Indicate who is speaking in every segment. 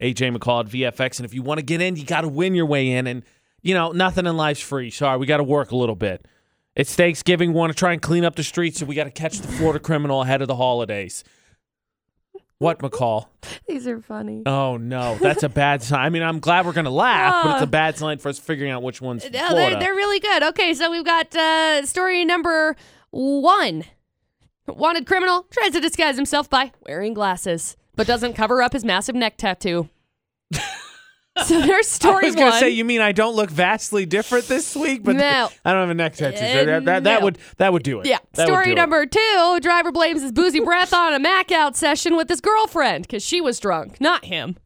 Speaker 1: AJ McCall at VFX. And if you want to get in, you got to win your way in. And, you know, nothing in life's free. Sorry, we got to work a little bit. It's Thanksgiving. We want to try and clean up the streets, so we got to catch the Florida criminal ahead of the holidays. What, McCall?
Speaker 2: These are funny.
Speaker 1: Oh, no. That's a bad sign. I mean, I'm glad we're going to laugh, but it's
Speaker 2: Ah.
Speaker 1: a bad sign for us figuring out which one's
Speaker 2: No,
Speaker 1: Florida.
Speaker 2: they're, they're really good. Okay, so we've got uh, story number one. Wanted criminal tries to disguise himself by wearing glasses, but doesn't cover up his massive neck tattoo. so there's
Speaker 1: I
Speaker 2: story
Speaker 1: was
Speaker 2: one.
Speaker 1: gonna say, you mean I don't look vastly different this week? But
Speaker 2: No.
Speaker 1: I don't have a neck tattoo. so
Speaker 2: Uh,
Speaker 1: that, that, that
Speaker 2: no.
Speaker 1: would that would do it.
Speaker 2: yeah.
Speaker 1: That would do
Speaker 2: Story
Speaker 1: it.
Speaker 2: number two driver blames his boozy breath on a Mac out session with his girlfriend because she was drunk, not him.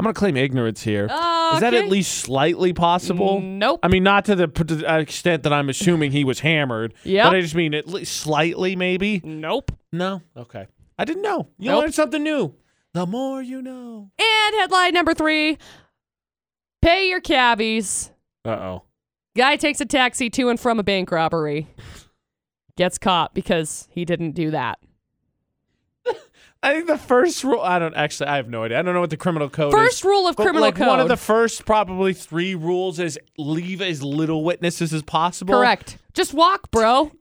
Speaker 1: I'm gonna claim ignorance here. Is
Speaker 2: Oh,
Speaker 1: that at least slightly possible?
Speaker 2: Nope.
Speaker 1: I mean, not to the, p- to the extent that I'm assuming he was hammered.
Speaker 2: Yep.
Speaker 1: But I just mean at least slightly, maybe.
Speaker 2: nope.
Speaker 1: No. Okay. I didn't know. You
Speaker 2: Nope.
Speaker 1: learned something new. The more you know.
Speaker 2: And headline number three pay your cabbies.
Speaker 1: Uh oh.
Speaker 2: Guy takes a taxi to and from a bank robbery. Gets caught because he didn't do that.
Speaker 1: I think the first rule. I don't actually. I have no idea. I don't know what the criminal code is.
Speaker 2: First rule of
Speaker 1: But,
Speaker 2: criminal
Speaker 1: like,
Speaker 2: code.
Speaker 1: One of the first, probably three rules is leave as little witnesses as possible.
Speaker 2: Correct. Just walk, bro.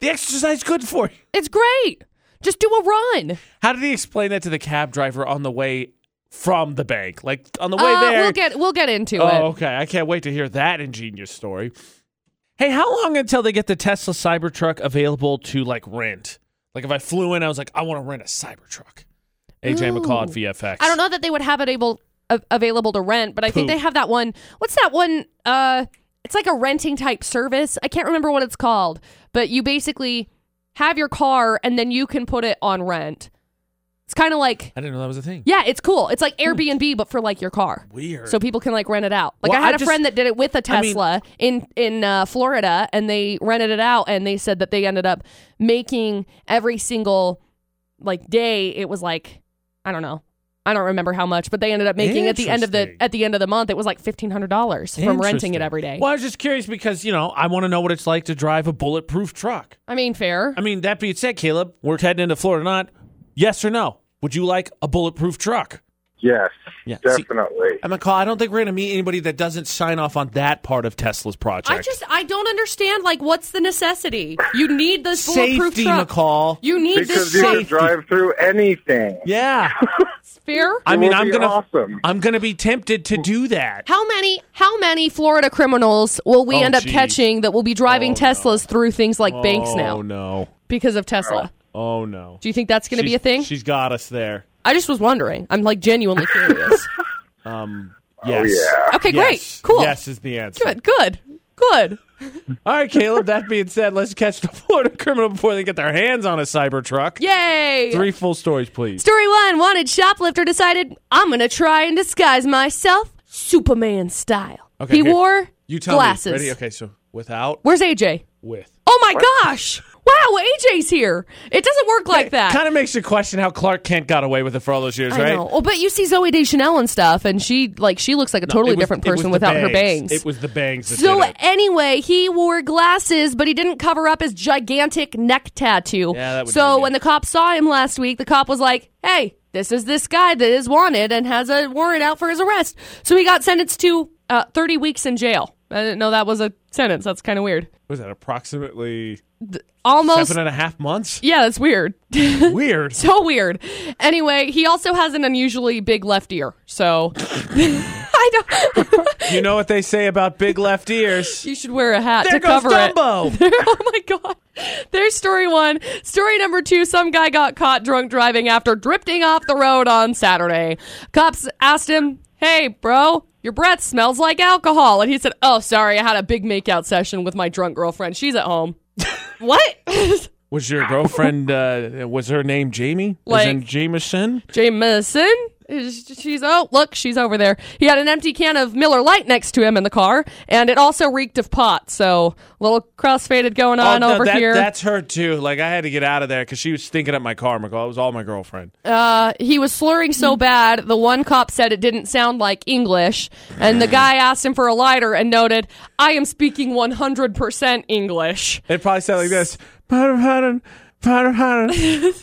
Speaker 1: The exercise is good for you.
Speaker 2: It's great. Just do a run.
Speaker 1: How did he explain that to the cab driver on the way from the bank? Like on the way
Speaker 2: Uh,
Speaker 1: there.
Speaker 2: We'll get we'll get into
Speaker 1: oh,
Speaker 2: it.
Speaker 1: okay. I can't wait to hear that ingenious story. Hey, how long until they get the Tesla Cybertruck available to like rent? Like if I flew in, I was like, I want to rent a Cybertruck. AJ
Speaker 2: Ooh.
Speaker 1: McCall at VFX.
Speaker 2: Oh. I don't know that they would have it able a- available to rent, but I think
Speaker 1: Poop.
Speaker 2: they have that one. What's that one? Uh, it's like a renting type service. I can't remember what it's called, but you basically have your car and then you can put it on rent. It's kind of like
Speaker 1: I didn't know that was a thing.
Speaker 2: Yeah, it's cool. It's like Airbnb, but for like your car.
Speaker 1: Hmm. Weird.
Speaker 2: So people can like rent it out. Like
Speaker 1: Well,
Speaker 2: I had
Speaker 1: I
Speaker 2: a friend that did it with a
Speaker 1: I mean-
Speaker 2: Tesla in in uh, Florida, and they rented it out, and they said that they ended up making every single like day. It was like I don't know, I don't remember how much, but they ended up making at the end of the
Speaker 1: Interesting.
Speaker 2: at the end of the month, it was like fifteen hundred dollars from renting
Speaker 1: Interesting.
Speaker 2: it every day.
Speaker 1: Well, I was just curious because, you know, I want to know what it's like to drive a bulletproof truck.
Speaker 2: I mean, fair.
Speaker 1: I mean, that being said, Caleb, we're heading into Florida not. Yes or no? Would you like a bulletproof truck?
Speaker 3: Yes,
Speaker 1: Yeah, see- uh,
Speaker 3: definitely.
Speaker 1: I'm gonna call. I don't think we're gonna meet anybody that doesn't sign off on that part of Tesla's project.
Speaker 2: I just I don't understand. Like, what's the necessity? You need this bulletproof
Speaker 1: safety,
Speaker 2: truck.
Speaker 1: McCall.
Speaker 2: You need
Speaker 3: because
Speaker 2: this
Speaker 3: you
Speaker 2: safe.
Speaker 3: can drive through anything.
Speaker 1: yeah,
Speaker 2: Fair.
Speaker 1: I
Speaker 3: It
Speaker 1: mean,
Speaker 3: would
Speaker 1: I'm
Speaker 3: be
Speaker 1: gonna,
Speaker 3: awesome.
Speaker 1: I'm gonna be tempted to do that.
Speaker 2: How many how many Florida criminals will we
Speaker 1: Oh,
Speaker 2: end up
Speaker 1: geez.
Speaker 2: catching that will be driving
Speaker 1: Oh, no.
Speaker 2: Teslas through things like banks
Speaker 1: Oh
Speaker 2: now
Speaker 1: no!
Speaker 2: because of Tesla?
Speaker 1: Oh no!
Speaker 2: Do you think that's going to be a thing?
Speaker 1: She's got us there.
Speaker 2: I just was wondering. I'm like genuinely curious.
Speaker 1: Um. Yes.
Speaker 3: Oh, yeah.
Speaker 2: Okay,
Speaker 1: Yes.
Speaker 2: great. Cool.
Speaker 1: Yes is the answer.
Speaker 2: Good. Good. Good.
Speaker 1: All right, Caleb. That being said, let's catch the Florida criminal before they get their hands on a Cybertruck.
Speaker 2: Yay.
Speaker 1: Three full stories, please.
Speaker 2: Story 1, wanted shoplifter decided I'm going to try and disguise myself Superman style.
Speaker 1: Okay,
Speaker 2: he
Speaker 1: here.
Speaker 2: wore
Speaker 1: You tell
Speaker 2: glasses.
Speaker 1: me. Ready? Okay. So without,
Speaker 2: Where's AJ?
Speaker 1: with.
Speaker 2: Oh my gosh. Wow, AJ's here. It doesn't work like that.
Speaker 1: Kind of makes you question how Clark Kent got away with it for all those years,
Speaker 2: I
Speaker 1: right?
Speaker 2: know. Well, but you see Zoe Deschanel and stuff, and she like she looks like a
Speaker 1: It
Speaker 2: totally
Speaker 1: was-
Speaker 2: different
Speaker 1: it was
Speaker 2: person
Speaker 1: the
Speaker 2: without her bangs.
Speaker 1: It was the bangs. That
Speaker 2: so
Speaker 1: did it.
Speaker 2: anyway, he wore glasses, but he didn't cover up his gigantic neck tattoo.
Speaker 1: Yeah, that would
Speaker 2: so
Speaker 1: do me.
Speaker 2: when the cop saw him last week, the cop was like, "Hey, this is this guy that is wanted and has a warrant out for his arrest." So he got sentenced to uh, thirty weeks in jail. I didn't know that was a sentence. That's kind of weird.
Speaker 1: was that approximately
Speaker 2: Almost.
Speaker 1: seven and a half months?
Speaker 2: Yeah, that's weird.
Speaker 1: Weird.
Speaker 2: so weird. Anyway, he also has an unusually big left ear. So I don't.
Speaker 1: You know what they say about big left ears?
Speaker 2: You should wear a hat
Speaker 1: there
Speaker 2: to
Speaker 1: goes
Speaker 2: cover
Speaker 1: Dumbo.
Speaker 2: it. oh my god. There's story one. Story number two some guy got caught drunk driving after drifting off the road on Saturday. Cops asked him, Hey, bro, your breath smells like alcohol. And he said, Oh, sorry, I had a big makeout session with my drunk girlfriend. She's at home. what?
Speaker 1: Was your girlfriend? Uh, was her name Jamie? As in
Speaker 2: Like-
Speaker 1: Jameson?
Speaker 2: Jameson. She's oh look, she's over there. He had an empty can of Miller Lite next to him in the car, and it also reeked of pot. So little crossfaded going on
Speaker 1: Oh, Uh, no,
Speaker 2: over
Speaker 1: that-
Speaker 2: here.
Speaker 1: That's her too. Like I had to get out of there because she was stinking up my car. McCall. It was all my girlfriend.
Speaker 2: Uh, he was slurring so bad. The one cop said it didn't sound like English, and the guy asked him for a lighter and noted, "I am speaking 100% English."
Speaker 1: It probably sounded like this. Powder, powder, powder, powder,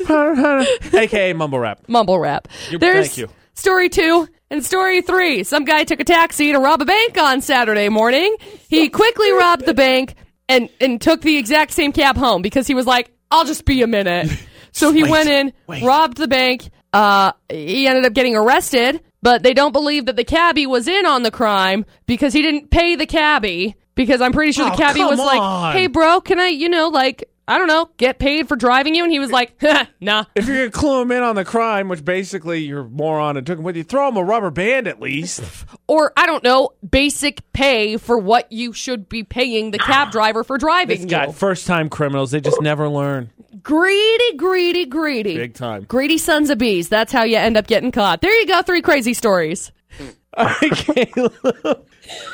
Speaker 1: powder, powder, AKA mumble rap.
Speaker 2: Mumble rap. There's
Speaker 1: thank you.
Speaker 2: Story two and story three. Some guy took a taxi to rob a bank on Saturday morning. He quickly robbed the bank and, and took the exact same cab home because he was like, I'll just be a minute. So he
Speaker 1: Wait,
Speaker 2: went in,
Speaker 1: wait.
Speaker 2: robbed the bank. Uh, he ended up getting arrested, but they don't believe that the cabbie was in on the crime because he didn't pay the cabbie. Because I'm pretty sure
Speaker 1: Oh,
Speaker 2: the cabbie
Speaker 1: come
Speaker 2: was
Speaker 1: on.
Speaker 2: like, hey, bro, can I, you know, like, I don't know, get paid for driving you? And he was like, nah.
Speaker 1: If you're gonna clue him in on the crime, which basically you're a moron and took him with you, throw him a rubber band at least.
Speaker 2: or I don't know, basic pay for what you should be paying the cab driver for driving
Speaker 1: This
Speaker 2: you.
Speaker 1: guy, first time criminals, they just never learn.
Speaker 2: Greedy, greedy, greedy.
Speaker 1: Big time.
Speaker 2: Greedy sons of bees. That's how you end up getting caught. There you go, three crazy stories.
Speaker 1: All right, Caleb.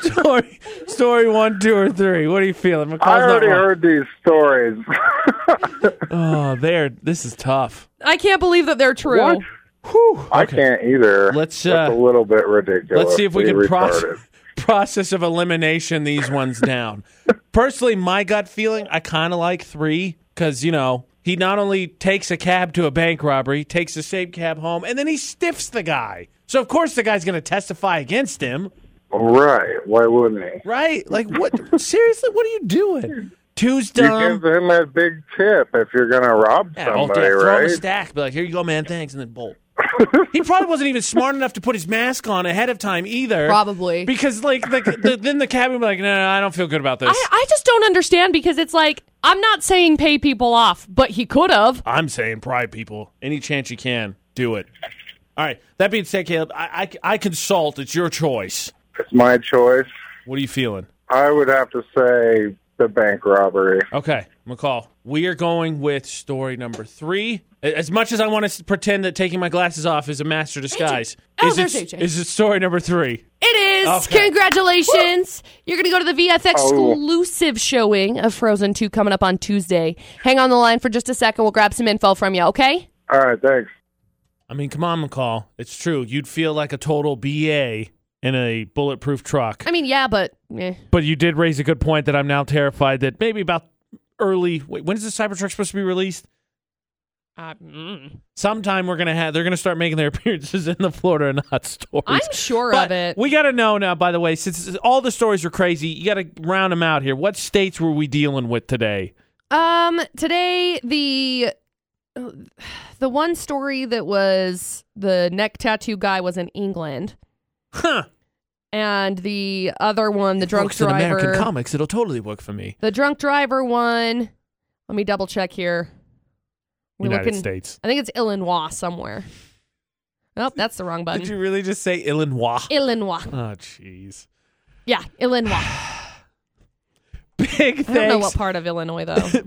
Speaker 1: story, story one, two, or three. What are you feeling? McCall's
Speaker 3: I
Speaker 1: not
Speaker 3: already
Speaker 1: wrong.
Speaker 3: heard these stories.
Speaker 1: Oh, there. This is tough.
Speaker 2: I can't believe that they're true.
Speaker 3: What?
Speaker 1: Whew.
Speaker 3: I
Speaker 1: Okay.
Speaker 3: can't either.
Speaker 1: Let's,
Speaker 3: That's
Speaker 1: uh,
Speaker 3: a little bit ridiculous.
Speaker 1: Let's see if we can
Speaker 3: retarded.
Speaker 1: process process of elimination these ones down. Personally, my gut feeling, I kind of like three because you know he not only takes a cab to a bank robbery, takes the same cab home, and then he stiffs the guy. So of course the guy's going to testify against him,
Speaker 3: Right? Why wouldn't he?
Speaker 1: right? Like what? seriously, what are you doing? Two's
Speaker 3: You
Speaker 1: dumb.
Speaker 3: give him that big tip if you're going to rob
Speaker 1: um, Yeah, oh,
Speaker 3: somebody,
Speaker 1: yeah, throw him a
Speaker 3: right?
Speaker 1: stack. Be like, here you go, man. Thanks, and then bolt. he probably wasn't even smart enough to put his mask on ahead of time either.
Speaker 2: Probably.
Speaker 1: because like the, the, then the cabin be like, no, no, no, I don't feel good about this.
Speaker 2: I, I just don't understand because it's like, I'm not saying pay people off, but he could have.
Speaker 1: I'm saying pride people. Any chance you can, do it. All right. That being said, Caleb, I, I, I consult. It's your choice.
Speaker 3: It's my choice.
Speaker 1: What are you feeling?
Speaker 3: I would have to say the bank robbery.
Speaker 1: Okay, McCall. We are going with story number three. A- As much as I want to pretend that taking my glasses off is a master disguise,
Speaker 2: Oh,
Speaker 1: is,
Speaker 2: there's
Speaker 1: it,
Speaker 2: AJ.
Speaker 1: is it story number three?
Speaker 2: It is.
Speaker 1: Okay.
Speaker 2: Congratulations. You're going to go to the VF
Speaker 3: Oh.
Speaker 2: exclusive showing of Frozen 2 coming up on Tuesday. Hang on the line for just a second. We'll grab some info from you, okay?
Speaker 3: All right, thanks.
Speaker 1: I mean, come on, McCall. It's true. You'd feel like a total BA in a bulletproof truck.
Speaker 2: I mean, yeah, but eh.
Speaker 1: But you did raise a good point that I'm now terrified that maybe about early. Wait, when is the Cybertruck supposed to be released?
Speaker 2: Uh, mm.
Speaker 1: Sometime we're gonna have. They're gonna start making their appearances in the Florida or not stories.
Speaker 2: I'm sure
Speaker 1: But
Speaker 2: of it.
Speaker 1: We gotta know now. By the way, since all the stories are crazy, you gotta round them out here. What states were we dealing with today?
Speaker 2: um, today the the one story that was the neck tattoo guy was in England,
Speaker 1: Huh?
Speaker 2: and the other one, the drunk
Speaker 1: Works in American
Speaker 2: driver,
Speaker 1: comics. It'll totally work for me.
Speaker 2: the drunk driver one. Let me double check here. We're
Speaker 1: United
Speaker 2: looking-
Speaker 1: States.
Speaker 2: I think it's Illinois somewhere. Nope, that's the wrong
Speaker 1: Did
Speaker 2: button.
Speaker 1: you really just say Illinois?
Speaker 2: Illinois.
Speaker 1: Oh, jeez.
Speaker 2: Yeah, Illinois.
Speaker 1: Big
Speaker 2: I don't know
Speaker 1: thanks
Speaker 2: what part of Illinois though.